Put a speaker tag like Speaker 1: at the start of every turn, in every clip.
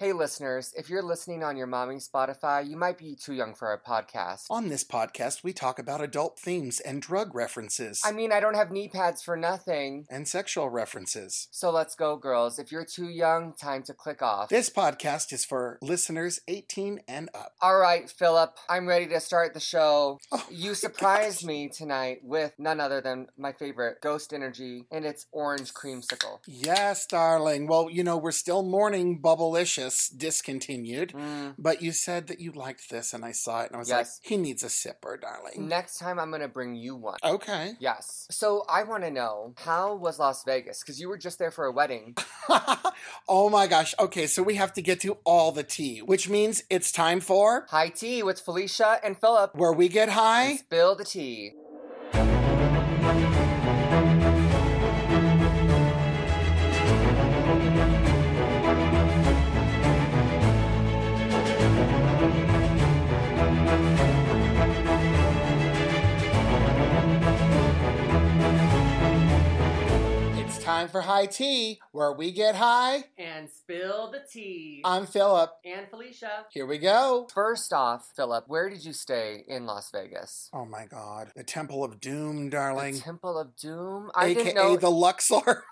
Speaker 1: Hey, listeners, if you're listening on your mommy Spotify, you might be too young for our podcast.
Speaker 2: On this podcast, we talk about adult themes and drug references
Speaker 1: I mean, I don't have knee pads for nothing.
Speaker 2: and sexual references.
Speaker 1: So let's go, girls. If you're too young, time to click off.
Speaker 2: This podcast is for listeners 18 and up.
Speaker 1: All right, Philip, I'm ready to start the show.
Speaker 2: Oh
Speaker 1: You surprised me tonight with none other than my favorite, Ghost Energy, and its orange creamsicle.
Speaker 2: Yes, darling. Well, you know, we're still mourning Bubblicious discontinued,
Speaker 1: Mm.
Speaker 2: but you said that you liked this, and I saw it, and I was
Speaker 1: Yes.
Speaker 2: like, he needs a sipper, darling.
Speaker 1: Next time, I'm going to bring you one.
Speaker 2: Okay.
Speaker 1: Yes. So I want to know how was Las Vegas? Because you were just there for a wedding.
Speaker 2: oh my gosh. Okay, so we have to get to all the tea, which means it's time for
Speaker 1: High tea with Felicia and Philip.
Speaker 2: Where We Get High.
Speaker 1: And Spill the tea.
Speaker 2: It's time for High Tea, where we get high.
Speaker 3: And spill the tea.
Speaker 2: I'm Philip.
Speaker 3: and Felicia.
Speaker 2: Here we go.
Speaker 1: First off, Philip, where did you stay in Las Vegas?
Speaker 2: Oh my god. The Temple of Doom,
Speaker 1: The
Speaker 2: darling.
Speaker 1: Temple of Doom. I
Speaker 2: AKA
Speaker 1: didn't know.
Speaker 2: the Luxor.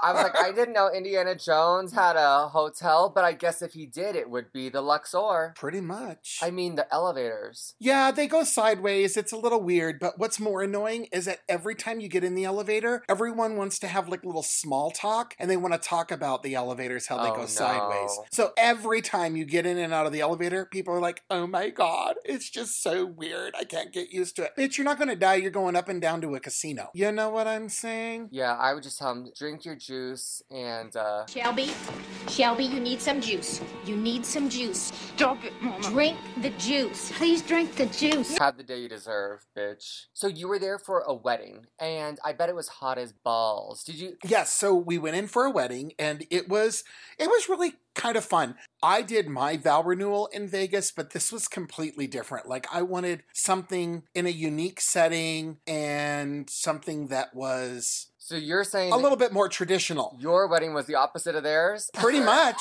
Speaker 1: I was like, I didn't know Indiana Jones had a hotel, but I guess if he did, it would be the Luxor.
Speaker 2: Pretty much.
Speaker 1: I mean, the elevators.
Speaker 2: yeah, they go sideways. It's a little weird, but what's more annoying is that every time you get in the elevator, everyone wants to have like little small talk and they want to talk about the elevators, how they
Speaker 1: Oh,
Speaker 2: go
Speaker 1: no.
Speaker 2: sideways. So every time you get in and out of the elevator, people are like, oh my God, it's just so weird. I can't get used to it. Bitch, you're not going to die. You're going up and down to a casino. You know what I'm saying?
Speaker 1: Yeah, I would just tell him, drink your juice and uh,
Speaker 4: Shelby, Shelby, you need some juice. You need some juice.
Speaker 5: Stop it, Mama.
Speaker 4: Drink the juice. Please drink the juice.
Speaker 1: have the day you deserve, bitch. So you were there for a wedding, and I bet it was hot as balls. Did you?
Speaker 2: Yes, so we went in for a wedding and it was it was really kind of fun. I did my vow renewal in Vegas, but this was completely different. Like I wanted something in a unique setting and something that was
Speaker 1: So you're saying
Speaker 2: a
Speaker 1: that
Speaker 2: little bit more traditional.
Speaker 1: your wedding was the opposite of theirs?
Speaker 2: Pretty much.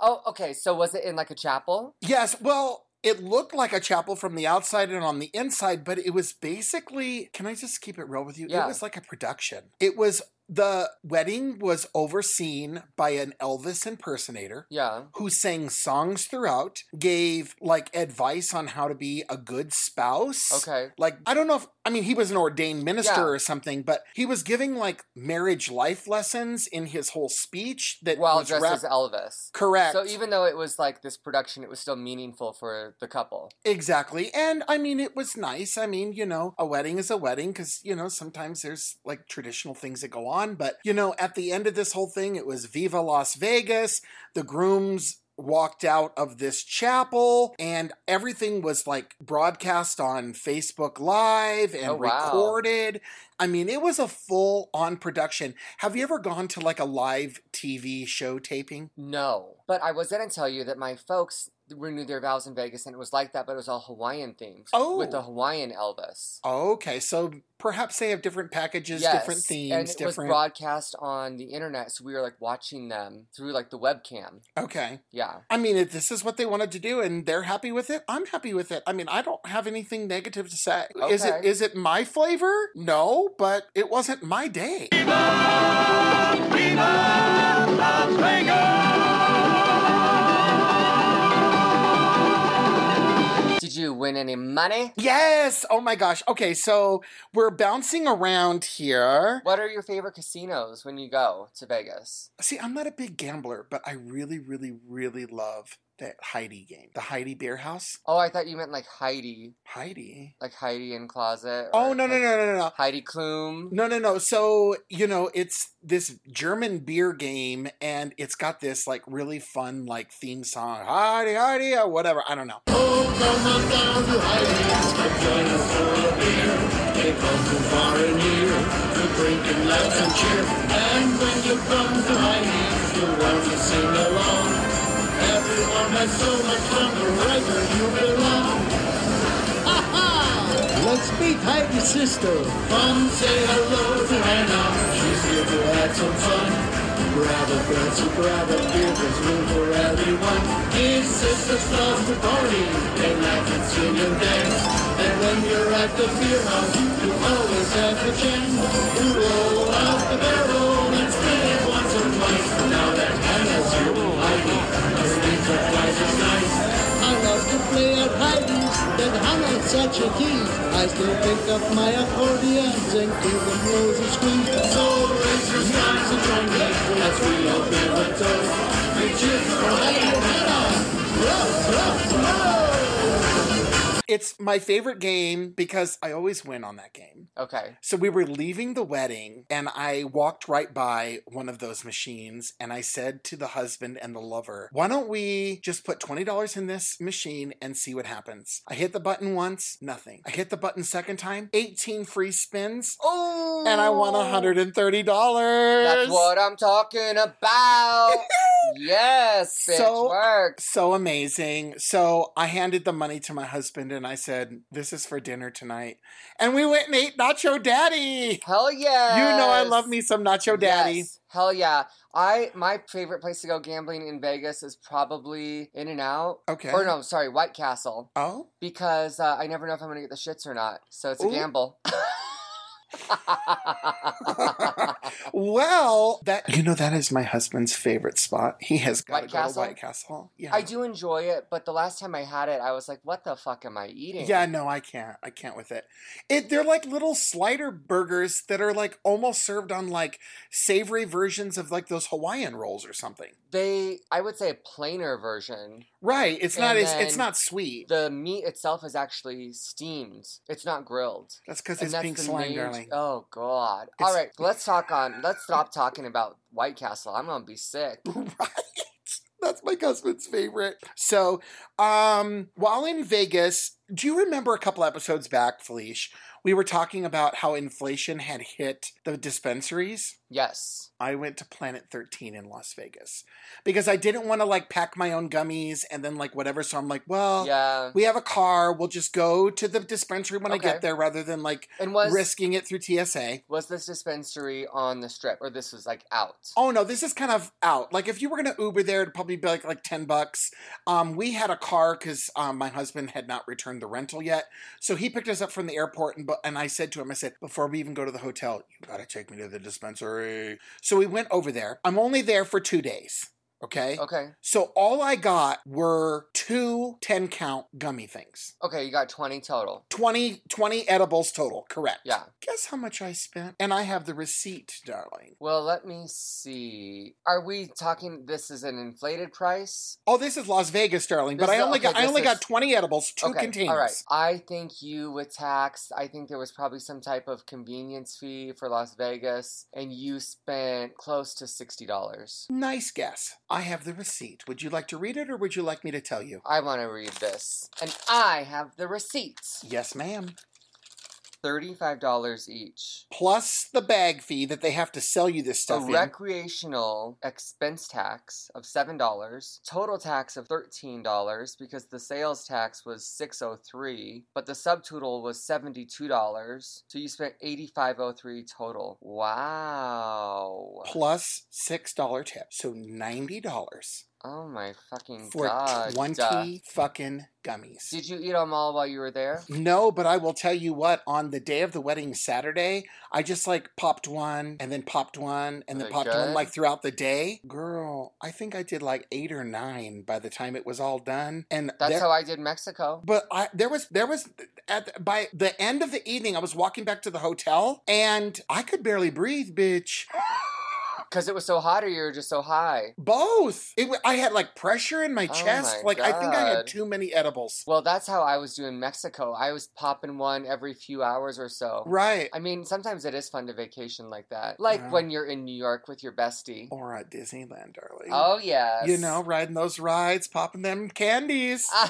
Speaker 1: oh, okay. So was it in like a chapel?
Speaker 2: Yes, well, it looked like a chapel from the outside and on the inside, but it was basically, can I just keep it real with you?
Speaker 1: Yeah.
Speaker 2: It was like a production. It was the wedding was overseen by an Elvis impersonator.
Speaker 1: Yeah.
Speaker 2: who sang songs throughout, gave like advice on how to be a good spouse.
Speaker 1: Okay.
Speaker 2: Like, I don't know if, I mean, he was an ordained minister
Speaker 1: Yeah.
Speaker 2: or something, but he was giving like marriage life lessons in his whole speech that
Speaker 1: While
Speaker 2: was
Speaker 1: dressed as
Speaker 2: wrapped-
Speaker 1: Elvis.
Speaker 2: Correct.
Speaker 1: So even though it was like this production, it was still meaningful for the couple.
Speaker 2: exactly. And I mean, it was nice. I mean, you know, a wedding is a wedding because, you know, sometimes there's like traditional things that go on. But, you know, at the end of this whole thing, it was Viva Las Vegas. the grooms walked out of this chapel and everything was like broadcast on Facebook live and
Speaker 1: Oh, wow.
Speaker 2: recorded. I mean, it was a full on production. Have you ever gone to like a live TV show taping?
Speaker 1: No, but I was gonna tell you that my folks renewed their vows in Vegas, and it was like that, but it was all Hawaiian themed.
Speaker 2: Oh.
Speaker 1: with the Hawaiian Elvis.
Speaker 2: Okay, so perhaps they have different packages, different themes,
Speaker 1: and it was
Speaker 2: different
Speaker 1: broadcast on the internet, so we were like watching them through like the webcam.
Speaker 2: Okay.
Speaker 1: Yeah,
Speaker 2: I mean, if this is what they wanted to do and they're happy with it, I'm happy with it. I mean, I don't have anything negative to say. Is it
Speaker 1: Okay.
Speaker 2: is it my flavor? No, but it wasn't my day.
Speaker 1: did you win any money?
Speaker 2: Yes. Oh my gosh. Okay, so we're bouncing around here.
Speaker 1: What are your favorite casinos when you go to Vegas?
Speaker 2: See, I'm not a big gambler, but I really, really, really love that Heidi game. The Heidi Beer House.
Speaker 1: Oh, I thought you meant like Heidi,
Speaker 2: Heidi.
Speaker 1: like Heidi in closet.
Speaker 2: Oh
Speaker 1: or,
Speaker 2: no no
Speaker 1: like,
Speaker 2: no no no.
Speaker 1: Heidi Klum.
Speaker 2: No, no, no. So, you know, it's this German beer game and it's got this like really fun like theme song, Heidi Heidi or whatever. I don't know.
Speaker 6: Let's meet Heidi's sister. Come say hello to Hannah. She's here to have some fun.
Speaker 5: brother, that's your brother, difference move for everyone. His sisters love to party, they laugh and sing and dance. And when you're at the beer house, you always have a chance to roll out the barrel and spin it once or twice. Now that Hannah's you like me, the things are twice as nice. I love to play at hiding, that Hannah's such a tease. I still pick up my accordion, sing to the roses squeeze. So raise your skies and join me as we open the toast. We cheer for Hannah, roast, roast, roast.
Speaker 2: It's my favorite game because I always win on that game.
Speaker 1: Okay.
Speaker 2: So we were leaving the wedding, and I walked right by one of those machines, and I said to the husband and the lover, Why don't we just put $20 in this machine and see what happens? I hit the button once, nothing. I hit the button second time, 18 free spins,
Speaker 1: Oh.
Speaker 2: and I won $130.
Speaker 1: That's what I'm talking about. yes, bitch,
Speaker 2: So-
Speaker 1: work.
Speaker 2: so amazing. So I handed the money to my husband and I said, This is for dinner tonight. And we went and ate Nacho Daddy.
Speaker 1: Hell yeah.
Speaker 2: You know I love me some Nacho Daddy.
Speaker 1: Yes. Hell yeah. I my favorite place to go gambling in Vegas is probably In and Out.
Speaker 2: Okay.
Speaker 1: Or no, sorry, White Castle.
Speaker 2: Oh,
Speaker 1: Because uh, I never know if I'm gonna get the shits or not. So it's a
Speaker 2: Ooh.
Speaker 1: gamble.
Speaker 2: well, that you know that is my husband's favorite spot. He has got to
Speaker 1: White
Speaker 2: go
Speaker 1: Castle?
Speaker 2: to White Castle. Yeah,
Speaker 1: I do enjoy it, but the last time I had it, I was like, what the fuck am I eating?
Speaker 2: Yeah, no, I can't. I can't with it. It they're like little slider burgers that are like almost served on like savory versions of like those Hawaiian rolls or something.
Speaker 1: They I would say a plainer version.
Speaker 2: Right? It's not.
Speaker 1: And
Speaker 2: It's, it's
Speaker 1: then
Speaker 2: not sweet.
Speaker 1: The meat itself is actually steamed. It's not grilled.
Speaker 2: That's because
Speaker 1: And
Speaker 2: it's pink
Speaker 1: the
Speaker 2: slime,
Speaker 1: main-
Speaker 2: darling.
Speaker 1: Oh God!
Speaker 2: It's-
Speaker 1: All right, let's talk on. Let's stop talking about White Castle. I'm gonna be sick.
Speaker 2: right. That's my husband's favorite. So, um, while in Vegas, do you remember a couple episodes back, Felice? We were talking about how inflation had hit the dispensaries.
Speaker 1: Yes.
Speaker 2: I went to Planet 13 in Las Vegas because I didn't want to like pack my own gummies and then like whatever. So I'm like, well,
Speaker 1: Yeah.
Speaker 2: we have a car. We'll just go to the dispensary when I
Speaker 1: Okay.
Speaker 2: get there rather than like
Speaker 1: And was
Speaker 2: risking it through TSA.
Speaker 1: was this dispensary on the strip, or this was like out?
Speaker 2: Oh no, this is kind of out. Like if you were gonna Uber there, it'd probably be like like ten bucks. Um, we had a car because um, my husband had not returned the rental yet, so he picked us up from the airport. And bu- and I said to him, I said, before we even go to the hotel, you gotta take me to the dispensary. So we went over there. I'm only there for two days. Okay.
Speaker 1: Okay.
Speaker 2: So all I got were two 10 count gummy things.
Speaker 1: Okay. You got twenty total.
Speaker 2: 20, 20 edibles total, correct.
Speaker 1: Yeah.
Speaker 2: Guess how much I spent? And I have the receipt, darling.
Speaker 1: Well, let me see. Are we talking? This is an inflated price.
Speaker 2: Oh, this is Las Vegas, darling. But
Speaker 1: This
Speaker 2: I
Speaker 1: is-
Speaker 2: only
Speaker 1: okay,
Speaker 2: got I
Speaker 1: this
Speaker 2: only got
Speaker 1: is-
Speaker 2: twenty edibles, two
Speaker 1: okay.
Speaker 2: containers.
Speaker 1: All right. I think you with tax. I think there was probably some type of convenience fee for Las Vegas, and you spent close to sixty dollars.
Speaker 2: Nice guess. I have the receipt. Would you like to read it, or would you like me to tell you?
Speaker 1: I want to read this. And I have the receipts.
Speaker 2: Yes, ma'am.
Speaker 1: $35 each.
Speaker 2: Plus the bag fee that they have to sell you this
Speaker 1: A
Speaker 2: stuff
Speaker 1: recreational expense tax of $7, total tax of $13 because the sales tax was 603, but the subtotal was $72, so you spent 8503 total. Wow.
Speaker 2: in, plus six dollar tip, so ninety dollars
Speaker 1: Oh my fucking
Speaker 2: for
Speaker 1: god.
Speaker 2: twenty
Speaker 1: Duh.
Speaker 2: fucking gummies.
Speaker 1: Did you eat them all while you were there?
Speaker 2: No, but I will tell you what, on the day of the wedding Saturday, I just like popped one and then popped one and
Speaker 1: Were
Speaker 2: then
Speaker 1: they
Speaker 2: popped one
Speaker 1: good?
Speaker 2: like throughout the day. Girl, I think I did like eight or nine by the time it was all done. And
Speaker 1: That's
Speaker 2: there-
Speaker 1: how I did Mexico.
Speaker 2: but I, there was there was at by the end of the evening I was walking back to the hotel and I could barely breathe, bitch.
Speaker 1: Because it was so hot or you were just so high?
Speaker 2: Both. It, wa- I had like pressure in my
Speaker 1: Oh
Speaker 2: chest.
Speaker 1: my
Speaker 2: like I think I
Speaker 1: God.
Speaker 2: had too many edibles.
Speaker 1: Well, that's how I was doing Mexico. I was popping one every few hours or so.
Speaker 2: Right.
Speaker 1: I mean, sometimes it is fun to vacation like that. Like
Speaker 2: Yeah. Oh,
Speaker 1: when you're in New York with your bestie.
Speaker 2: Or at Disneyland, darling.
Speaker 1: Oh, yes. Ah.
Speaker 2: You know, riding those rides, popping them candies.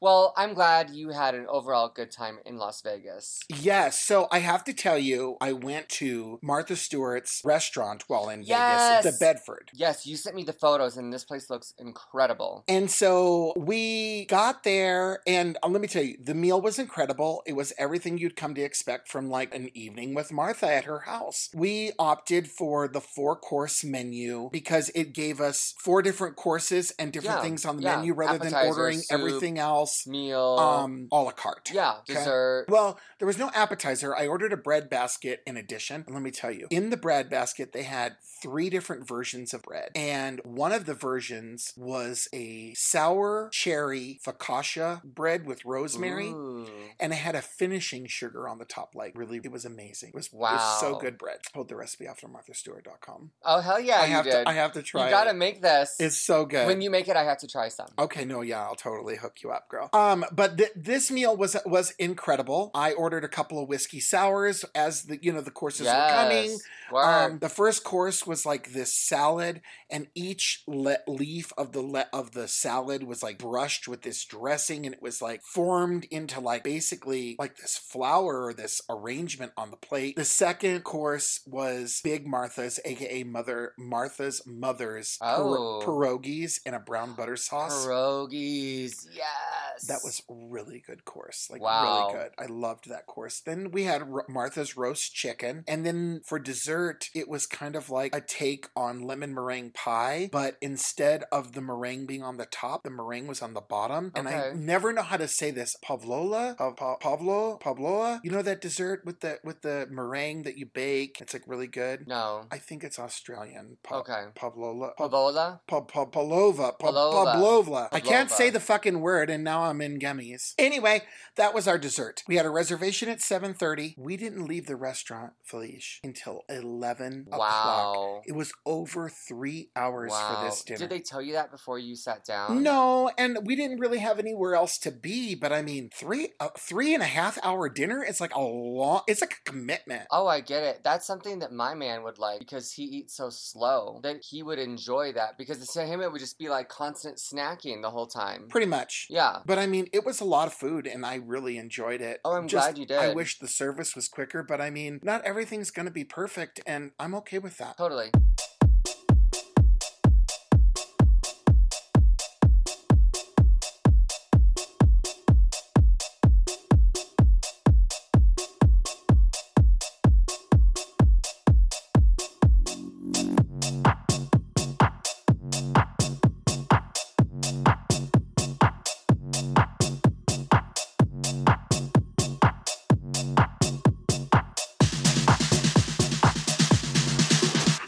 Speaker 1: Well, I'm glad you had an overall good time in Las Vegas.
Speaker 2: Yes, so I have to tell you, I went to Martha Stewart's restaurant while in
Speaker 1: Yes.
Speaker 2: Vegas, the Bedford.
Speaker 1: Yes, you sent me the photos, and this place looks incredible.
Speaker 2: And so we got there, and uh, let me tell you, the meal was incredible. It was everything you'd come to expect from like an evening with Martha at her house. We opted for the four course menu because it gave us four different courses and different
Speaker 1: Yeah,
Speaker 2: things on the
Speaker 1: yeah.
Speaker 2: menu rather than
Speaker 1: Appetizer,
Speaker 2: ordering
Speaker 1: soup,
Speaker 2: everything else
Speaker 1: Meal.
Speaker 2: um, a la carte.
Speaker 1: yeah,
Speaker 2: okay.
Speaker 1: dessert.
Speaker 2: Well, there was no appetizer. I ordered a bread basket in addition. And let me tell you, in the bread basket, they had three different versions of bread. And one of the versions was a sour cherry focaccia bread with rosemary.
Speaker 1: Ooh.
Speaker 2: And it had a finishing sugar on the top. Like, really, it was amazing. It was, it was
Speaker 1: Wow.
Speaker 2: so good bread. I pulled the recipe off from marthastewart.com.
Speaker 1: Oh, hell yeah,
Speaker 2: I
Speaker 1: you
Speaker 2: have
Speaker 1: did.
Speaker 2: to I have to try
Speaker 1: you gotta
Speaker 2: it.
Speaker 1: make this.
Speaker 2: It's so good. Oh,
Speaker 1: When you make it, I have to try some.
Speaker 2: Okay, no, yeah, I'll totally hook you up, girl. Um, but th- this meal was was incredible. I ordered a couple of whiskey sours as the you know the courses were coming.
Speaker 1: Work.
Speaker 2: Um, the first course was like this salad, and each le- leaf of the le- of the salad was like brushed with this dressing, and it was like formed into like basically like this flower or this arrangement on the plate. The second course was Big Martha's, aka Mother Martha's mother's pier-
Speaker 1: Oh.
Speaker 2: pierogies in a brown butter sauce.
Speaker 1: Pierogies. Yes.
Speaker 2: That was really good course. Like
Speaker 1: Wow.
Speaker 2: really good. I loved that course. Then we had Ro- Martha's roast chicken, and then for dessert, it was kind of like a take on lemon meringue pie, but instead of the meringue being on the top, the meringue was on the bottom. And I
Speaker 1: Okay.
Speaker 2: never know how to say this. Pavlola, Pa- Pa- Pavlo, Pavloa. You know that dessert with the with the meringue that you bake. It's like really good.
Speaker 1: No.
Speaker 2: I think it's Australian. Pa-
Speaker 1: Okay.
Speaker 2: Pavlola. Pa-
Speaker 1: Pavola?
Speaker 2: Pa- pa- Palova. Pa-
Speaker 1: Palova.
Speaker 2: Pavlova. I can't
Speaker 1: Pavlova.
Speaker 2: say the fucking word, and now I'm in gummies. Anyway, that was our dessert. We had a reservation at 7.30. We didn't leave the restaurant, Felice, until 11 o'clock.
Speaker 1: Wow.
Speaker 2: It was over three hours
Speaker 1: wow.
Speaker 2: for this dinner.
Speaker 1: Did they tell you that before you sat down?
Speaker 2: no, and we didn't really have anywhere else to be. But I mean, three a three and a half hour dinner. It's like a long. It's like a commitment.
Speaker 1: Oh, I get it. That's something that my man would like because he eats so slow that he would enjoy that because to him it would just be like constant snacking the whole time.
Speaker 2: Pretty much.
Speaker 1: yeah.
Speaker 2: But I mean, it was a lot of food, and I really enjoyed it.
Speaker 1: Oh, I'm
Speaker 2: Just-
Speaker 1: glad you did.
Speaker 2: I wish the service was quicker, but I mean, not everything's going to be perfect, and I'm okay with that.
Speaker 1: Totally.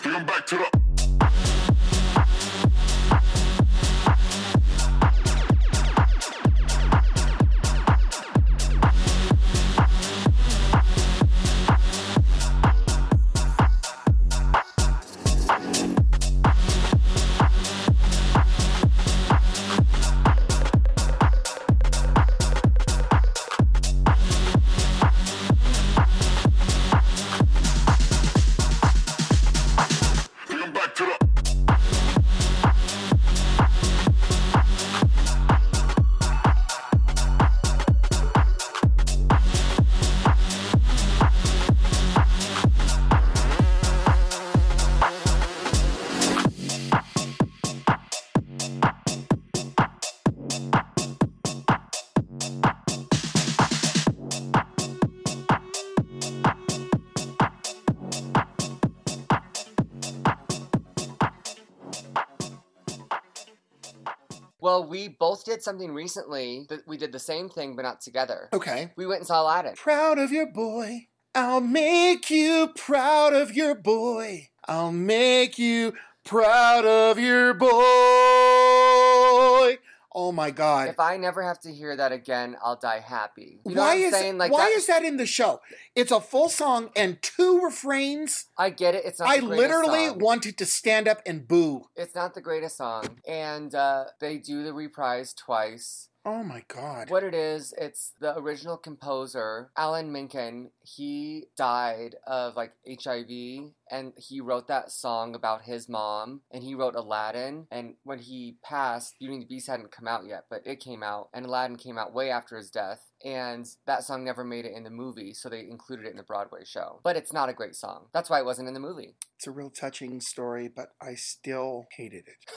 Speaker 6: Get 'em back to the. Get 'em back to the.
Speaker 1: Well, we both did something recently that we did the same thing but not together.
Speaker 2: Okay.
Speaker 1: We went and saw Aladdin.
Speaker 2: Proud of your boy. I'll make you proud of your boy. I'll make you proud of your boy. Oh my God.
Speaker 1: If I never have to hear that again, I'll die happy. You know
Speaker 2: why
Speaker 1: what I'm
Speaker 2: is
Speaker 1: saying? Like,
Speaker 2: why
Speaker 1: that-
Speaker 2: is that in the show? It's a full song and two refrains.
Speaker 1: I get it. It's not.
Speaker 2: I
Speaker 1: the greatest
Speaker 2: literally
Speaker 1: song.
Speaker 2: wanted to stand up and boo.
Speaker 1: It's not the greatest song, and uh, they do the reprise twice.
Speaker 2: Oh my god.
Speaker 1: What it is, it's the original composer, Alan Menken. He died of like HIV and he wrote that song about his mom and he wrote Aladdin. And when he passed, Beauty and the Beast hadn't come out yet, but it came out and Aladdin came out way after his death. And that song never made it in the movie, so they included it in the Broadway show. But it's not a great song. That's why it wasn't in the movie.
Speaker 2: It's a real touching story, but I still hated it.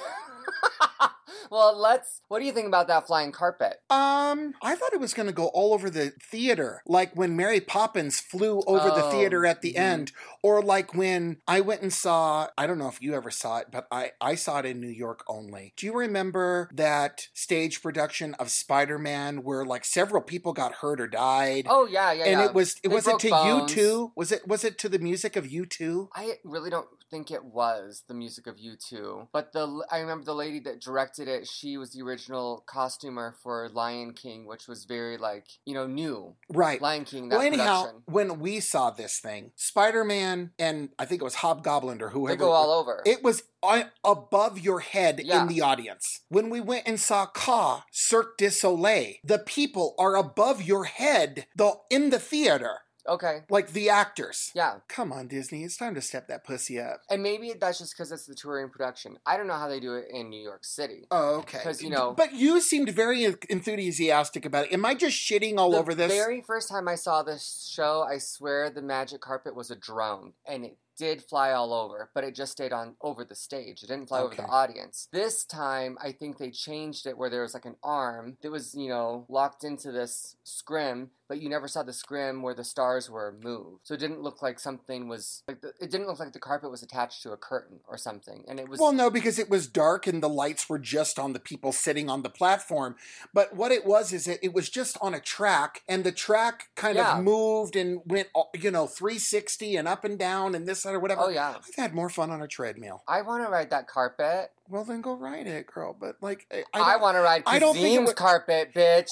Speaker 1: well, let's. What do you think about that flying carpet?
Speaker 2: Um, I thought it was going to go all over the theater, like when Mary Poppins flew over the
Speaker 1: Oh,
Speaker 2: theater at the
Speaker 1: mhm.
Speaker 2: end, or like when I went and saw. I don't know if you ever saw it, but I I saw it in New York only. Do you remember that stage production of Spider Man where like several people got hurt or died?
Speaker 1: Oh yeah, yeah.
Speaker 2: and
Speaker 1: yeah.
Speaker 2: it was it
Speaker 1: They
Speaker 2: was it
Speaker 1: broke
Speaker 2: to
Speaker 1: bones.
Speaker 2: U two? Was it was it to the music of U two?
Speaker 1: I really don't think it was the music of U2, but the I remember the lady that directed it. She was the original costumer for Lion King, which was very like you know new
Speaker 2: Right.
Speaker 1: Lion King. That
Speaker 2: Well, anyhow,
Speaker 1: production.
Speaker 2: when we saw this thing, Spider Man and I think it was Hobgoblin or whoever.
Speaker 1: They go all over.
Speaker 2: It was a- above your head
Speaker 1: Yeah.
Speaker 2: in the audience. When we went and saw Ka, Cirque du Soleil, the people are above your head the, in the theater,
Speaker 1: okay.
Speaker 2: like the actors.
Speaker 1: Yeah,
Speaker 2: Come on, Disney, it's time to step that pussy up.
Speaker 1: and maybe that's just because it's the touring production. I don't know how they do it in New York City.
Speaker 2: Oh, okay.
Speaker 1: 'Cause, you know-
Speaker 2: But you seemed very en- enthusiastic about it. Am I just shitting all over this?
Speaker 1: The very first time I saw this show, I swear the magic carpet was a drone, and it did fly all over, but it just stayed on over the stage. It didn't fly over the
Speaker 2: Okay.
Speaker 1: audience. This time, I think they changed it where there was like an arm that was, you know, locked into this scrim, but you never saw the scrim where the stars were moved. So it didn't look like something was like the, it didn't look like the carpet was attached to a curtain or something, and it was
Speaker 2: Well, no, because it was dark and the lights were just on the people sitting on the platform. But what it was is it, it was just on a track, and the track kind
Speaker 1: Yeah.
Speaker 2: of moved and went, all- you know, 360 and up and down and this, that, or whatever.
Speaker 1: oh yeah.
Speaker 2: I've had more fun on a treadmill.
Speaker 1: I want to ride that carpet.
Speaker 2: Well, then go ride it, girl. But like, I,
Speaker 1: I,
Speaker 2: don't-
Speaker 1: want to ride Kazim's
Speaker 2: I don't think it would-
Speaker 1: carpet, bitch.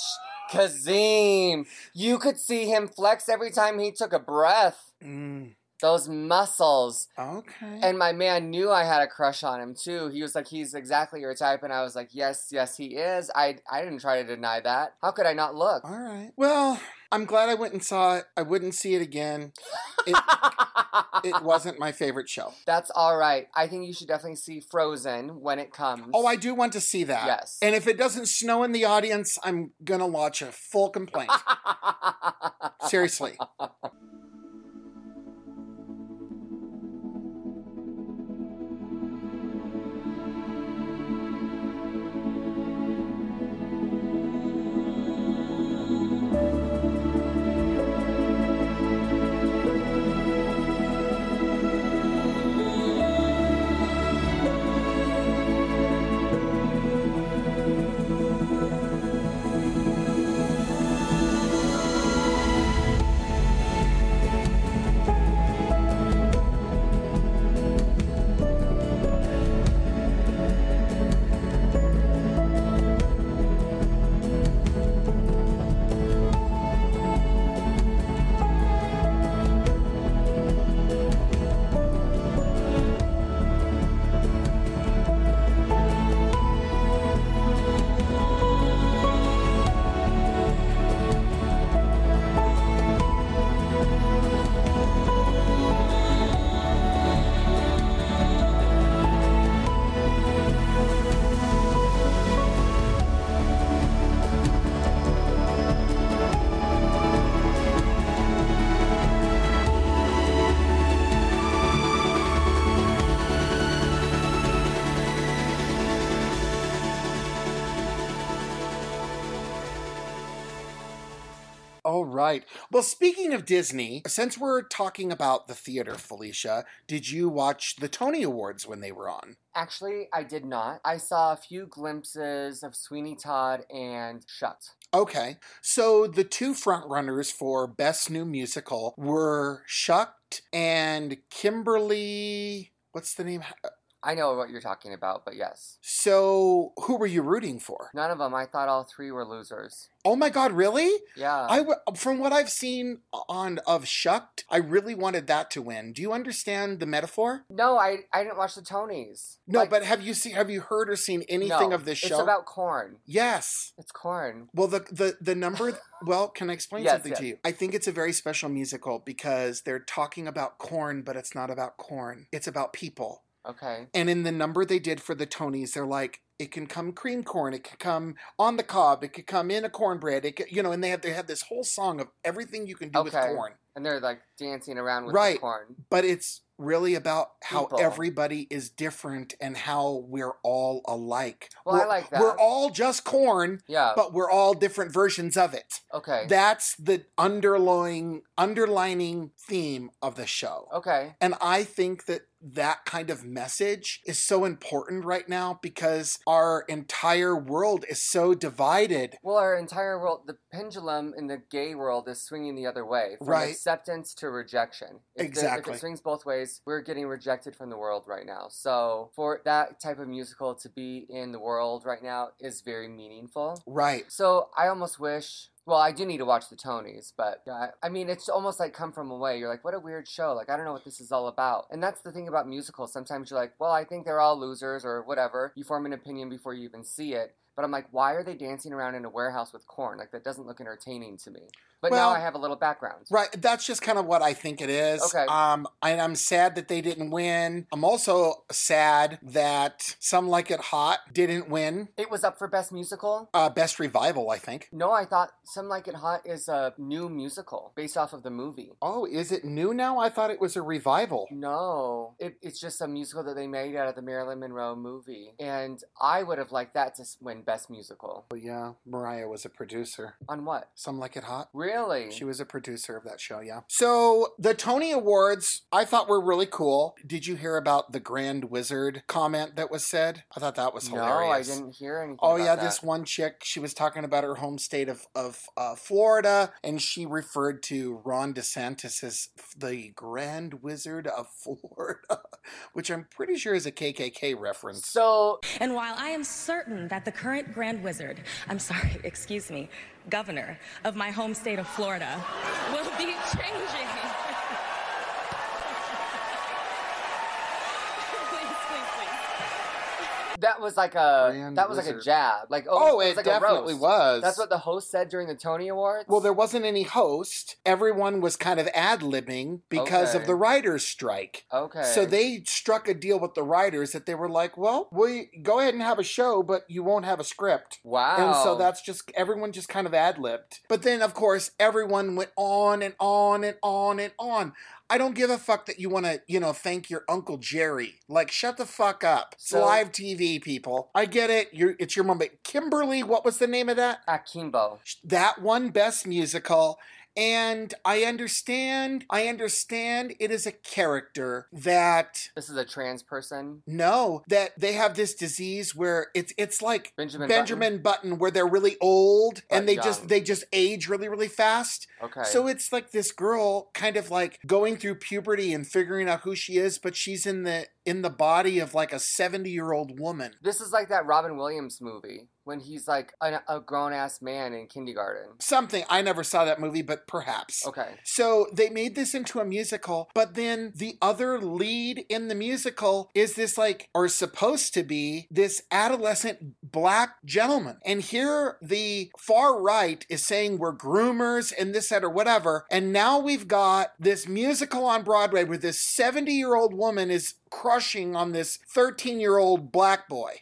Speaker 1: Kazim. You could see him flex every time he took a breath.
Speaker 2: Mm,
Speaker 1: Those muscles.
Speaker 2: okay.
Speaker 1: And my man knew I had a crush on him too. He was like, he's exactly your type. And I was like, yes, yes, he is. I, I didn't try to deny that. How could I not look?
Speaker 2: all right. Well, I'm glad I went and saw it. I wouldn't see it again. It wasn't my favorite show.
Speaker 1: That's all right. I think you should definitely see Frozen when it comes.
Speaker 2: Oh, I do want to see that.
Speaker 1: Yes.
Speaker 2: And if it doesn't snow in the audience, I'm going to launch a full complaint. Seriously. All right. Well, speaking of Disney, since we're talking about the theater, Felicia, did you watch the Tony Awards when they were on?
Speaker 1: Actually, I did not. I saw a few glimpses of Sweeney Todd and Shut.
Speaker 2: Okay. So the two frontrunners for Best New Musical were Shucked and Kimberly. What's the name?
Speaker 1: I I know what you're talking about, but yes.
Speaker 2: So, who were you rooting for?
Speaker 1: None of them. I thought all three were losers.
Speaker 2: Oh my God, really?
Speaker 1: Yeah.
Speaker 2: I w- from what I've seen on of Shucked, I really wanted that to win. Do you understand the metaphor?
Speaker 1: no, I, I didn't watch the Tonys.
Speaker 2: No,
Speaker 1: Like,
Speaker 2: but have you seen? Have you heard or seen anything
Speaker 1: no,
Speaker 2: of this show?
Speaker 1: It's about corn.
Speaker 2: yes.
Speaker 1: It's corn.
Speaker 2: Well, the the the number. well, can I explain
Speaker 1: Yes,
Speaker 2: something
Speaker 1: yes.
Speaker 2: to you? I think it's a very special musical because they're talking about corn, but it's not about corn. It's about people.
Speaker 1: Okay.
Speaker 2: And in the number they did for the Tonys, they're like, it can come cream corn, it could come on the cob, it could come in a cornbread, it could, you know. And they have they have this whole song of everything you can do with
Speaker 1: Okay.
Speaker 2: corn.
Speaker 1: And they're like dancing around with the
Speaker 2: Right.
Speaker 1: corn.
Speaker 2: but it's really about how
Speaker 1: People.
Speaker 2: everybody is different and how we're all alike.
Speaker 1: Well, I
Speaker 2: we're,
Speaker 1: like that.
Speaker 2: We're all just corn,
Speaker 1: Yeah.
Speaker 2: but we're all different versions of it.
Speaker 1: okay.
Speaker 2: That's the underlying underlining theme of the show.
Speaker 1: okay.
Speaker 2: And I think that that kind of message is so important right now because our entire world is so divided.
Speaker 1: Well, our entire world, the pendulum in the gay world is swinging the other way from
Speaker 2: Right.
Speaker 1: acceptance to rejection. If the- if
Speaker 2: Exactly.
Speaker 1: it swings both ways, we're getting rejected from the world right now. So, for that type of musical to be in the world right now is very meaningful.
Speaker 2: Right.
Speaker 1: So, I almost wish. Well, I do need to watch the Tonys, but yeah, I- I mean, it's almost like come from away. You're like, what a weird show. Like, I don't know what this is all about. And that's the thing about musicals. Sometimes you're like, well, I think they're all losers or whatever. You form an opinion before you even see it. But I'm like, why are they dancing around in a warehouse with corn? Like, that doesn't look entertaining to me. But
Speaker 2: Well-
Speaker 1: now I have a little background.
Speaker 2: Right, that's just kind of what I think it is.
Speaker 1: Okay.
Speaker 2: Um, and I'm sad that they didn't win. I'm also sad that Some Like It Hot didn't win.
Speaker 1: It was up for Best Musical.
Speaker 2: Uh, best revival, I think.
Speaker 1: No, I thought Some Like It Hot is a new musical based off of the movie.
Speaker 2: Oh, is it new now? I thought it was a revival.
Speaker 1: No, it, it's just a musical that they made out of the Marilyn Monroe movie, and I would have liked that to s- win Best Musical.
Speaker 2: But yeah, Mariah was a producer.
Speaker 1: On what?
Speaker 2: Some Like It Hot.
Speaker 1: Really?
Speaker 2: She was a producer of that show, yeah. So the Tony Awards, I thought were really cool. Did you hear about the Grand Wizard comment that was said? I thought that was
Speaker 1: no,
Speaker 2: hilarious.
Speaker 1: I didn't hear anything.
Speaker 2: Oh
Speaker 1: about
Speaker 2: yeah,
Speaker 1: that.
Speaker 2: this one chick. She was talking about her home state of of uh, Florida, and she referred to Ron DeSantis as the Grand Wizard of Florida, which I'm pretty sure is a KKK reference.
Speaker 1: So
Speaker 7: And while I am certain that the current Grand Wizard, I'm sorry, excuse me, Governor of my home state of Florida, will be changing. please, please, please.
Speaker 1: that was like a
Speaker 2: Grand
Speaker 1: that was like a
Speaker 2: Wizard.
Speaker 1: jab. Like
Speaker 2: Oh,
Speaker 1: oh,
Speaker 2: it
Speaker 1: was like a
Speaker 2: definitely
Speaker 1: roast.
Speaker 2: was.
Speaker 1: That's what the host said during the Tony Awards.
Speaker 2: Well, there wasn't any host. Everyone was kind of ad libbing because
Speaker 1: Okay.
Speaker 2: of the writers' strike.
Speaker 1: okay.
Speaker 2: So they struck a deal with the writers that they were like, "Well, we go ahead and have a show, but you won't have a script."
Speaker 1: wow.
Speaker 2: And so that's just everyone just kind of ad libbed. But then, of course, everyone went on and on and on and on. I don't give a fuck that you want to, you know, thank your uncle Jerry. Like, shut the fuck up. It's
Speaker 1: So-
Speaker 2: live TV, people. I get it. You're, it's your moment. Kimberly, what was the name of that?
Speaker 1: Akimbo.
Speaker 2: That one best musical. And I understand. I understand. It is a character that.
Speaker 1: This is a trans person.
Speaker 2: No, that they have this disease where it's it's like
Speaker 1: Benjamin.
Speaker 2: Benjamin Button. where they're really old
Speaker 1: But
Speaker 2: and they
Speaker 1: young.
Speaker 2: just they just age really really fast.
Speaker 1: Button? Okay.
Speaker 2: So it's like this girl kind of like going through puberty and figuring out who she is, but she's in the in the body of like a 70-year-old woman.
Speaker 1: this is like that Robin Williams movie when he's like an, a grown ass man in kindergarten.
Speaker 2: Something I never saw that movie, but perhaps.
Speaker 1: Okay.
Speaker 2: So they made this into a musical, but then the other lead in the musical is this like or supposed to be this adolescent black gentleman. And here the far right is saying we're groomers and this that or whatever. And now we've got this musical on Broadway where this 70-year-old woman is crushing on this 13-year-old black boy.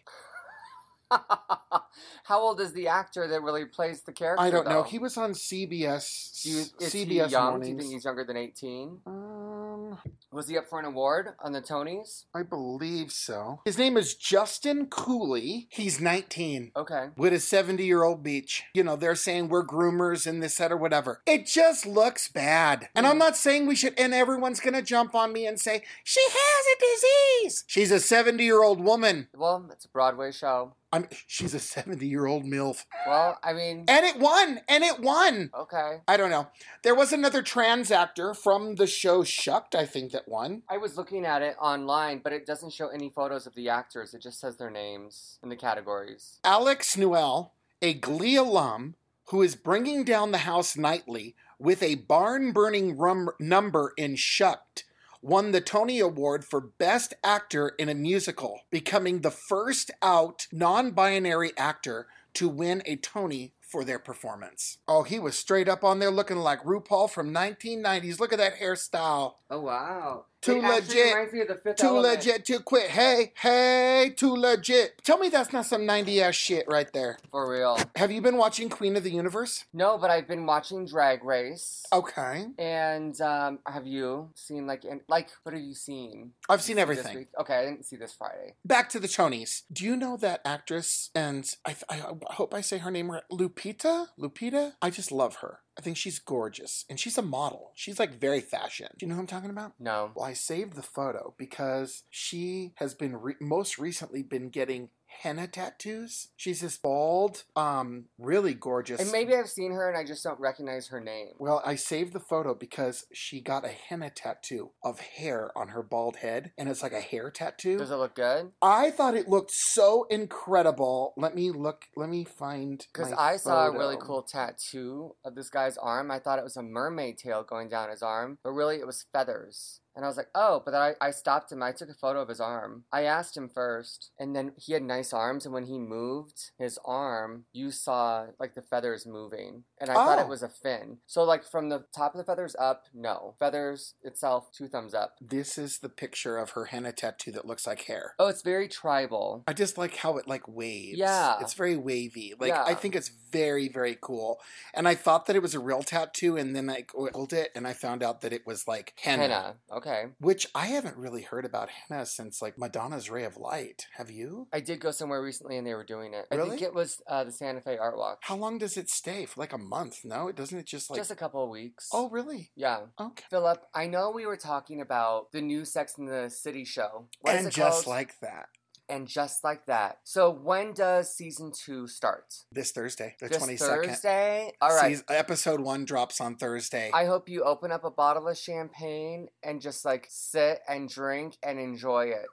Speaker 1: How old is the actor that really plays the character?
Speaker 2: I don't
Speaker 1: though?
Speaker 2: know. He was on CBS
Speaker 1: Do you, is
Speaker 2: CBS
Speaker 1: he young? Do you
Speaker 2: mornings.
Speaker 1: think he's younger than eighteen?
Speaker 2: um
Speaker 1: Was he up for an award on the Tonys?
Speaker 2: I believe so. His name is Justin Cooley. He's 19.
Speaker 1: Okay.
Speaker 2: With a 70 year old beach. You know, they're saying we're groomers and this, that, or whatever. It just looks bad. And I'm not saying we should, and everyone's going to jump on me and say, she has a disease. She's a 70 year old woman.
Speaker 1: Well, it's a Broadway show.
Speaker 2: I'm, she's a 70 year old MILF.
Speaker 1: Well, I mean,
Speaker 2: And it won! And it won!
Speaker 1: okay.
Speaker 2: I don't know. There was another trans actor from the show Shucked, I think, that won.
Speaker 1: I was looking at it online, but it doesn't show any photos of the actors. It just says their names in the categories.
Speaker 2: Alex Newell, a Glee alum who is bringing down the house nightly with a barn burning rum- number in Shucked, won the Tony Award for Best Actor in a Musical, becoming the first out non binary actor to win a Tony for their performance. Oh, he was straight up on there looking like RuPaul from 1990s. Look at that hairstyle.
Speaker 1: Oh wow!
Speaker 2: Too
Speaker 1: it actually
Speaker 2: legit.
Speaker 1: Reminds me of the fifth
Speaker 2: Too
Speaker 1: Element.
Speaker 2: legit to quit. Hey, hey, too legit. Tell me that's not some 90 ass shit right there.
Speaker 1: for real.
Speaker 2: Have you been watching Queen of the Universe?
Speaker 1: No, but I've been watching Drag Race.
Speaker 2: Okay.
Speaker 1: And um, have you seen like an, like what have you seen?
Speaker 2: I've seen
Speaker 1: This
Speaker 2: everything.
Speaker 1: week? Okay, I didn't see this Friday.
Speaker 2: Back to the Tonys. Do you know that actress? And I, th- I I hope I say her name right. Lupita? Lupita? I just love her. I think she's gorgeous. And she's a model. She's like very fashion. Do you know who I'm talking about?
Speaker 1: No.
Speaker 2: Well, I saved the photo because she has been re- most recently been getting henna tattoos. She's this bald, um, really gorgeous.
Speaker 1: And maybe I've seen her and I just don't recognize her name.
Speaker 2: Well, I saved the photo because she got a henna tattoo of hair on her bald head, and it's like a hair tattoo.
Speaker 1: Does it look good?
Speaker 2: I thought it looked so incredible. Let me look. Let me find.
Speaker 1: Because
Speaker 2: my
Speaker 1: I saw a
Speaker 2: photo.
Speaker 1: really cool tattoo of this guy's arm. I thought it was a mermaid tail going down his arm, but really it was feathers. And I was like, oh, but then I, I stopped him. I took a photo of his arm. I asked him first, and then he had nice arms. And when he moved his arm, you saw like the feathers moving. And I thought
Speaker 2: Oh.
Speaker 1: it was a fin. So, like, from the top of the feathers up, no. Feathers itself, two thumbs up.
Speaker 2: This is the picture of her henna tattoo that looks like hair.
Speaker 1: Oh, it's very tribal.
Speaker 2: I just like how it like waves.
Speaker 1: Yeah.
Speaker 2: It's very wavy. Like
Speaker 1: Yeah.
Speaker 2: I think it's very very cool. And I thought that it was a real tattoo and then I googled it and I found out that it was like henna.
Speaker 1: Henna. Okay.
Speaker 2: which I haven't really heard about henna since like Madonna's Ray of Light. Have you?
Speaker 1: I did go somewhere recently and they were doing it. I think
Speaker 2: Really?
Speaker 1: it was uh, the Santa Fe Art Walk.
Speaker 2: How long does it stay? For like a month? No, it doesn't. It just like
Speaker 1: Just a couple of weeks.
Speaker 2: oh really?
Speaker 1: Yeah.
Speaker 2: Okay.
Speaker 1: Philip, I know we were talking about the new Sex in the City show. What is
Speaker 2: and
Speaker 1: it
Speaker 2: just
Speaker 1: called?
Speaker 2: like that,
Speaker 1: And just like that. So when does season two start?
Speaker 2: this Thursday, the
Speaker 1: This
Speaker 2: twenty second.
Speaker 1: Thursday? All right.
Speaker 2: episode one drops on Thursday.
Speaker 1: I hope you open up a bottle of champagne and just like sit and drink and enjoy it.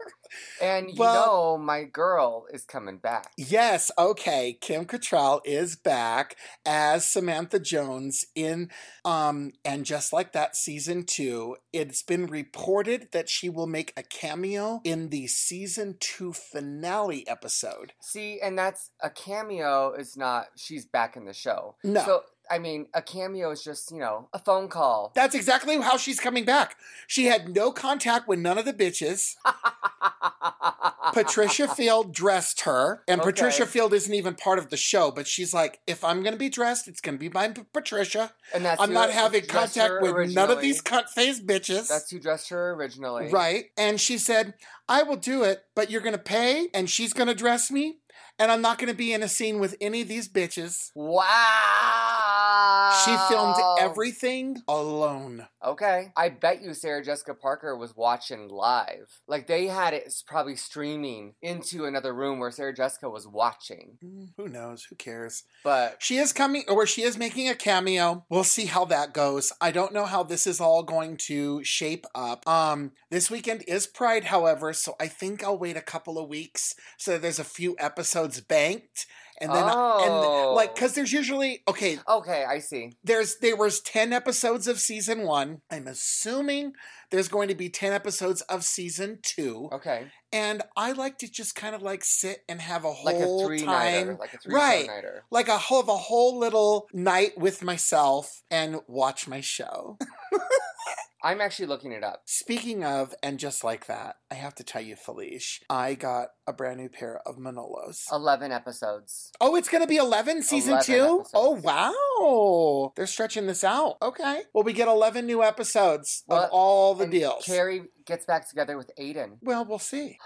Speaker 1: And you
Speaker 2: Well-
Speaker 1: know my girl is coming back.
Speaker 2: Yes, okay. Kim Cattrall is back as Samantha Jones in um and just like that season 2, it's been reported that she will make a cameo in the season 2 finale episode.
Speaker 1: See, and that's a cameo is not she's back in the show.
Speaker 2: No.
Speaker 1: So I mean, a cameo is just, you know, a phone call.
Speaker 2: That's exactly how she's coming back. She had no contact with none of the bitches. Patricia Field dressed her, and
Speaker 1: Okay.
Speaker 2: Patricia Field isn't even part of the show, but she's like, if I'm going to be dressed, it's going to be by P- Patricia.
Speaker 1: And that's
Speaker 2: I'm
Speaker 1: who
Speaker 2: not having
Speaker 1: dressed
Speaker 2: contact
Speaker 1: her
Speaker 2: with none of
Speaker 1: originally.
Speaker 2: these cunt face bitches.
Speaker 1: That's who dressed her originally.
Speaker 2: Right. And she said, I will do it, but you're going to pay, and she's going to dress me, and I'm not going to be in a scene with any of these bitches.
Speaker 1: Wow.
Speaker 2: She filmed
Speaker 1: Oh.
Speaker 2: everything alone.
Speaker 1: Okay. I bet you Sarah Jessica Parker was watching live. Like they had it s- probably streaming into another room where Sarah Jessica was watching.
Speaker 2: Mm, Who knows? Who cares?
Speaker 1: But
Speaker 2: She is coming, or she is making a cameo. We'll see how that goes. I don't know how this is all going to shape up. Um, this weekend is Pride, however, so I think I'll wait a couple of weeks so there's a few episodes banked, and then
Speaker 1: Oh.
Speaker 2: and like because there's usually okay.
Speaker 1: okay, I see.
Speaker 2: There's there was ten episodes of season one. I'm assuming there's going to be ten episodes of season two,
Speaker 1: Okay.
Speaker 2: and I like to just kind of like sit and have a whole
Speaker 1: Like a three
Speaker 2: time
Speaker 1: nighter. Like a three
Speaker 2: Right.
Speaker 1: nighter.
Speaker 2: like a whole, have a whole little night with myself and watch my show.
Speaker 1: I'm actually looking it up.
Speaker 2: Speaking of, and just like that, I have to tell you, Felice, I got a brand new pair of Manolos.
Speaker 1: Eleven episodes.
Speaker 2: Oh, it's gonna be eleven season
Speaker 1: 11
Speaker 2: two.
Speaker 1: episodes.
Speaker 2: Oh wow, they're stretching this out. Okay, well we get eleven new episodes of
Speaker 1: Well,
Speaker 2: all the
Speaker 1: And
Speaker 2: deals.
Speaker 1: Carrie gets back together with Aiden.
Speaker 2: well, we'll see.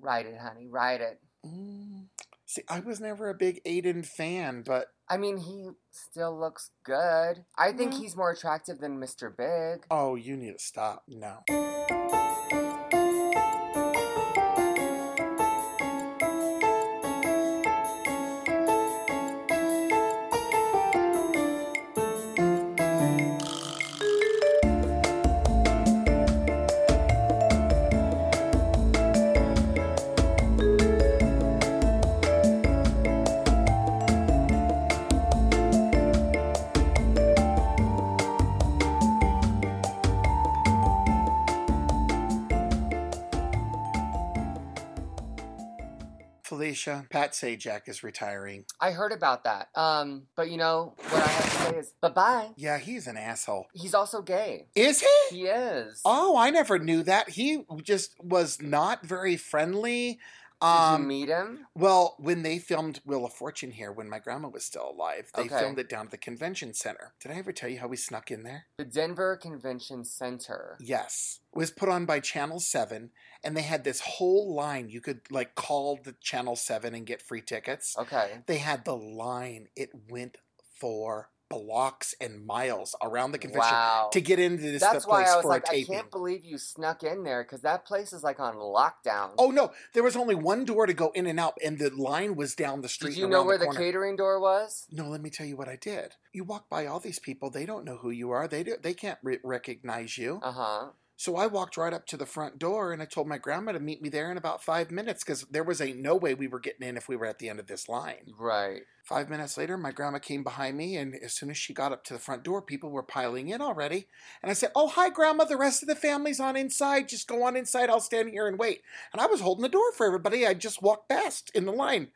Speaker 1: Ride it, honey. Ride it.
Speaker 2: Mm. See, I was never a big Aiden fan, but
Speaker 1: I mean, he still looks good. I think
Speaker 2: Mhm.
Speaker 1: he's more attractive than Mr. Big.
Speaker 2: oh, you need to stop. No. Felicia. Pat Sajak is retiring.
Speaker 1: I heard about that. Um, but you know what I have to say is bye bye.
Speaker 2: Yeah, he's an asshole.
Speaker 1: He's also gay.
Speaker 2: Is he?
Speaker 1: He is.
Speaker 2: Oh, I never knew that. He just was not very friendly.
Speaker 1: Did
Speaker 2: Um,
Speaker 1: you meet him?
Speaker 2: Well, when they filmed Wheel of Fortune here, when my grandma was still alive, they
Speaker 1: Okay.
Speaker 2: filmed it down at the convention center. Did I ever tell you how we snuck in there?
Speaker 1: The Denver Convention Center.
Speaker 2: Yes. It was put on by Channel 7, and they had this whole line. You could, like, call the Channel 7 and get free tickets.
Speaker 1: Okay.
Speaker 2: They had the line. It went for blocks and miles around the convention
Speaker 1: wow.
Speaker 2: to get into this
Speaker 1: That's
Speaker 2: the
Speaker 1: why
Speaker 2: place
Speaker 1: I was
Speaker 2: for
Speaker 1: like,
Speaker 2: a taping.
Speaker 1: I can't believe you snuck in there because that place is like on lockdown.
Speaker 2: Oh no, there was only one door to go in and out, and the line was down the street.
Speaker 1: did you
Speaker 2: and
Speaker 1: know
Speaker 2: around
Speaker 1: where the,
Speaker 2: corner.
Speaker 1: catering door was?
Speaker 2: No, let me tell you what I did. You walk by all these people; they don't know who you are. They do, they can't re- recognize you.
Speaker 1: Uh huh.
Speaker 2: So I walked right up to the front door, and I told my grandma to meet me there in about five minutes because there was a no way we were getting in if we were at the end of this line.
Speaker 1: Right.
Speaker 2: Five minutes later, my grandma came behind me, and as soon as she got up to the front door, people were piling in already. And I said, Oh, hi, Grandma. The rest of the family's on inside. Just go on inside. I'll stand here and wait. And I was holding the door for everybody. I just walked past in the line.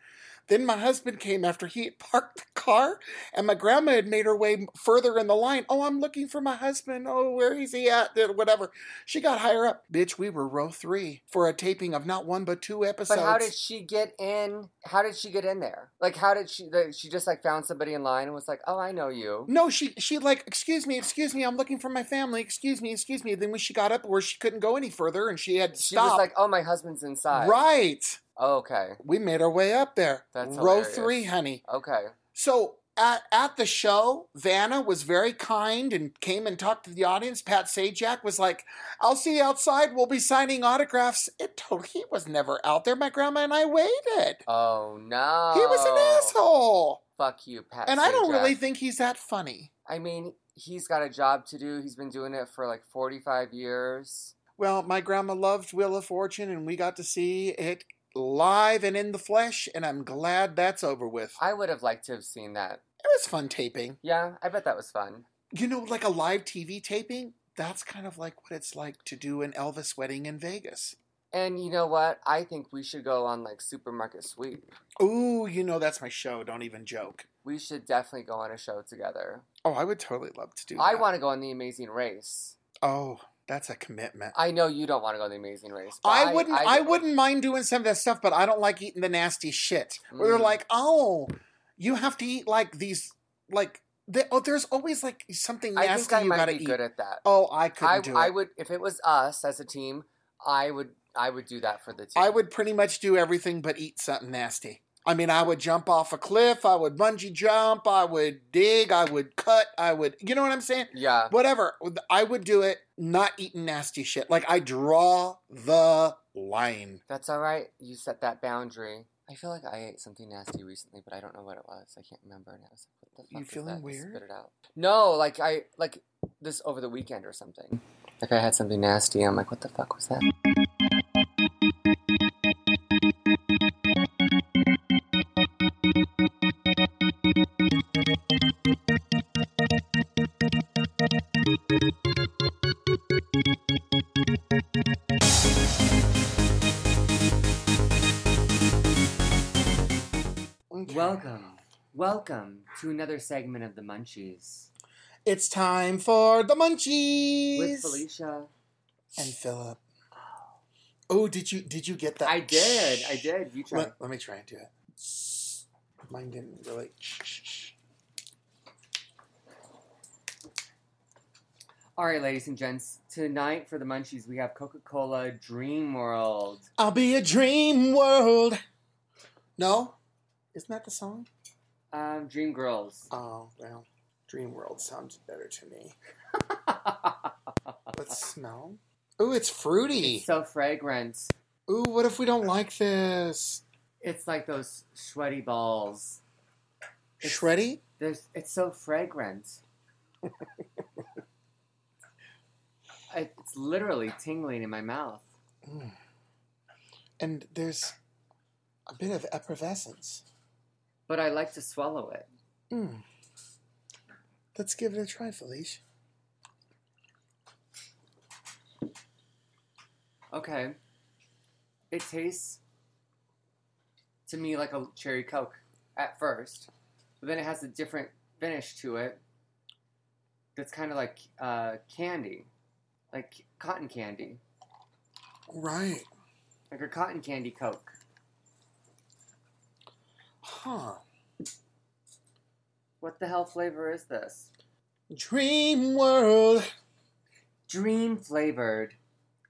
Speaker 2: Then my husband came after he had parked the car, and my grandma had made her way further in the line. Oh, I'm looking for my husband. Oh, where is he at? Whatever. She got higher up. Bitch, we were row three for a taping of not one but two
Speaker 1: But
Speaker 2: episodes.
Speaker 1: how did she get in? How did she get in there? Like, how did she? Like, she just like found somebody in line and was like, "Oh, I know you."
Speaker 2: No, she she like, excuse me, excuse me, I'm looking for my family, excuse me, excuse me. Then when she got up where she couldn't go any further and she had to
Speaker 1: She
Speaker 2: stop.
Speaker 1: was like, "Oh, my husband's inside."
Speaker 2: right.
Speaker 1: Oh, okay.
Speaker 2: We made our way up there.
Speaker 1: That's
Speaker 2: row
Speaker 1: hilarious.
Speaker 2: three, honey.
Speaker 1: Okay.
Speaker 2: So at, at the show, Vanna was very kind and came and talked to the audience. Pat Sajak was like, I'll see you outside. We'll be signing autographs. It totally he was never out there. My grandma and I waited.
Speaker 1: Oh no.
Speaker 2: He was an asshole.
Speaker 1: Fuck you, Oh. Pat.
Speaker 2: And I don't
Speaker 1: Sajak.
Speaker 2: really think he's that funny.
Speaker 1: I mean, he's got a job to do. He's been doing it for like forty-five years.
Speaker 2: Well, my grandma loved Wheel of Fortune, and we got to see it live and in the flesh, and I'm glad that's over with.
Speaker 1: I would have liked to have seen that.
Speaker 2: It was fun taping.
Speaker 1: Yeah, I bet that was fun.
Speaker 2: You know, like a live TV taping, that's kind of like what it's like to do an Elvis wedding in Vegas.
Speaker 1: And you know what? I think we should go on like supermarket sweep.
Speaker 2: Ooh, you know, that's my show. Don't even joke.
Speaker 1: We should definitely go on a show together.
Speaker 2: Oh, I would totally love to do that.
Speaker 1: I want to go on the Amazing Race.
Speaker 2: Oh, that's a commitment.
Speaker 1: I know you don't want to go on the Amazing Race. but
Speaker 2: I, wouldn't. I,
Speaker 1: do.
Speaker 2: wouldn't mind doing some of that stuff, but I don't like eating the nasty shit. Where they're
Speaker 1: Mm.
Speaker 2: like, oh, you have to eat like these, like the, oh, there's always like something
Speaker 1: I
Speaker 2: nasty
Speaker 1: think I
Speaker 2: you
Speaker 1: might
Speaker 2: gotta
Speaker 1: be
Speaker 2: eat.
Speaker 1: good at that.
Speaker 2: oh, I couldn't
Speaker 1: I,
Speaker 2: do
Speaker 1: I
Speaker 2: it.
Speaker 1: would if it was us as a team. I would I would do that for the team.
Speaker 2: I would pretty much do everything but eat something nasty. I mean, I would jump off a cliff. I would bungee jump. I would dig. I would cut. I would, you know what I'm saying?
Speaker 1: Yeah.
Speaker 2: Whatever. I would do it. Not eating nasty shit. Like I draw the line.
Speaker 1: That's all right. You set that boundary. I feel like I ate something nasty recently, but I don't know what it was. I can't remember. And I was like, what the
Speaker 2: You
Speaker 1: fuck is
Speaker 2: feeling
Speaker 1: that? Just
Speaker 2: weird?
Speaker 1: Spit it out. No, like I like this over the weekend or something. Like I had something nasty. I'm like, what the fuck was that?
Speaker 2: Okay.
Speaker 1: Welcome. Welcome to another segment of the Munchies
Speaker 2: It's time for the munchies
Speaker 1: with Felicia.
Speaker 2: and Philip. Oh, did you did you get that?
Speaker 1: I did. I did. You try.
Speaker 2: Let, let me try and do it. Mine didn't really.
Speaker 1: All right, ladies and gents. Tonight for the Munchies, we have Coca Cola Dream World.
Speaker 2: I'll be a dream world. No, isn't that the song?
Speaker 1: Um, Dream Girls.
Speaker 2: Oh well, dream world sounds better to me. Let's smell. Ooh, it's fruity.
Speaker 1: It's so fragrant.
Speaker 2: Ooh, what if we don't like this?
Speaker 1: It's like those sweaty balls. It's-
Speaker 2: Shreddy?
Speaker 1: There's, it's so fragrant. It- it's literally tingling in my mouth.
Speaker 2: And there's a bit of effervescence.
Speaker 1: But I like to swallow it.
Speaker 2: Mm. Let's give it a try, Felicia.
Speaker 1: Okay. It tastes to me like a cherry coke at first, but then it has a different finish to it. That's kind of like uh, candy, like cotton candy,
Speaker 2: Right.
Speaker 1: like a cotton candy coke.
Speaker 2: Huh.
Speaker 1: What the hell flavor is this?
Speaker 2: Dream World
Speaker 1: Dream flavored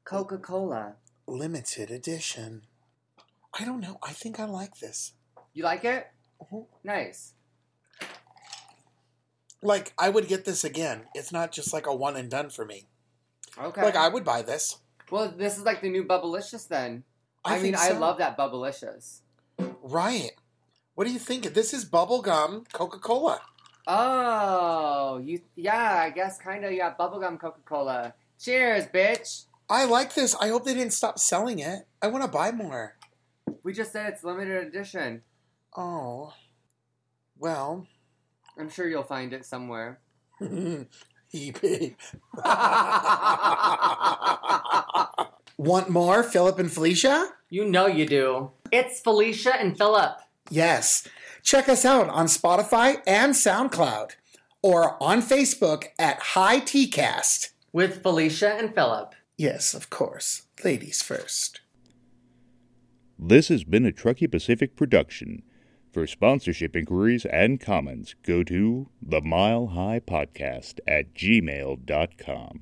Speaker 1: Coca Cola.
Speaker 2: Limited Edition. I don't know. I think I like this.
Speaker 1: You like it?
Speaker 2: Mhm.
Speaker 1: Nice.
Speaker 2: Like, I would get this again. It's not just like a one and done for me.
Speaker 1: Okay.
Speaker 2: Like, I would buy this.
Speaker 1: well, this is like the new Bubblicious then. I, mean,
Speaker 2: think
Speaker 1: I
Speaker 2: so.
Speaker 1: love that Bubblicious.
Speaker 2: Right. What do you think? This is bubblegum Coca Cola.
Speaker 1: Oh, you yeah, I guess kind of yeah, bubblegum Coca-Cola. Cheers, bitch.
Speaker 2: I like this. I hope they didn't stop selling it. I want to buy more.
Speaker 1: We just said it's limited edition.
Speaker 2: Oh. Well.
Speaker 1: I'm sure you'll find it somewhere.
Speaker 2: E EP. Want more, Philip and Felicia?
Speaker 1: You know you do.
Speaker 3: It's Felicia and Philip.
Speaker 2: Yes. Check us out on Spotify and SoundCloud or on Facebook at High Teacast.
Speaker 3: With Felicia and Philip.
Speaker 2: Yes, of course. Ladies first.
Speaker 8: This has been a Truckee Pacific production. For sponsorship inquiries and comments, go to the Mile High Podcast at gmail.com.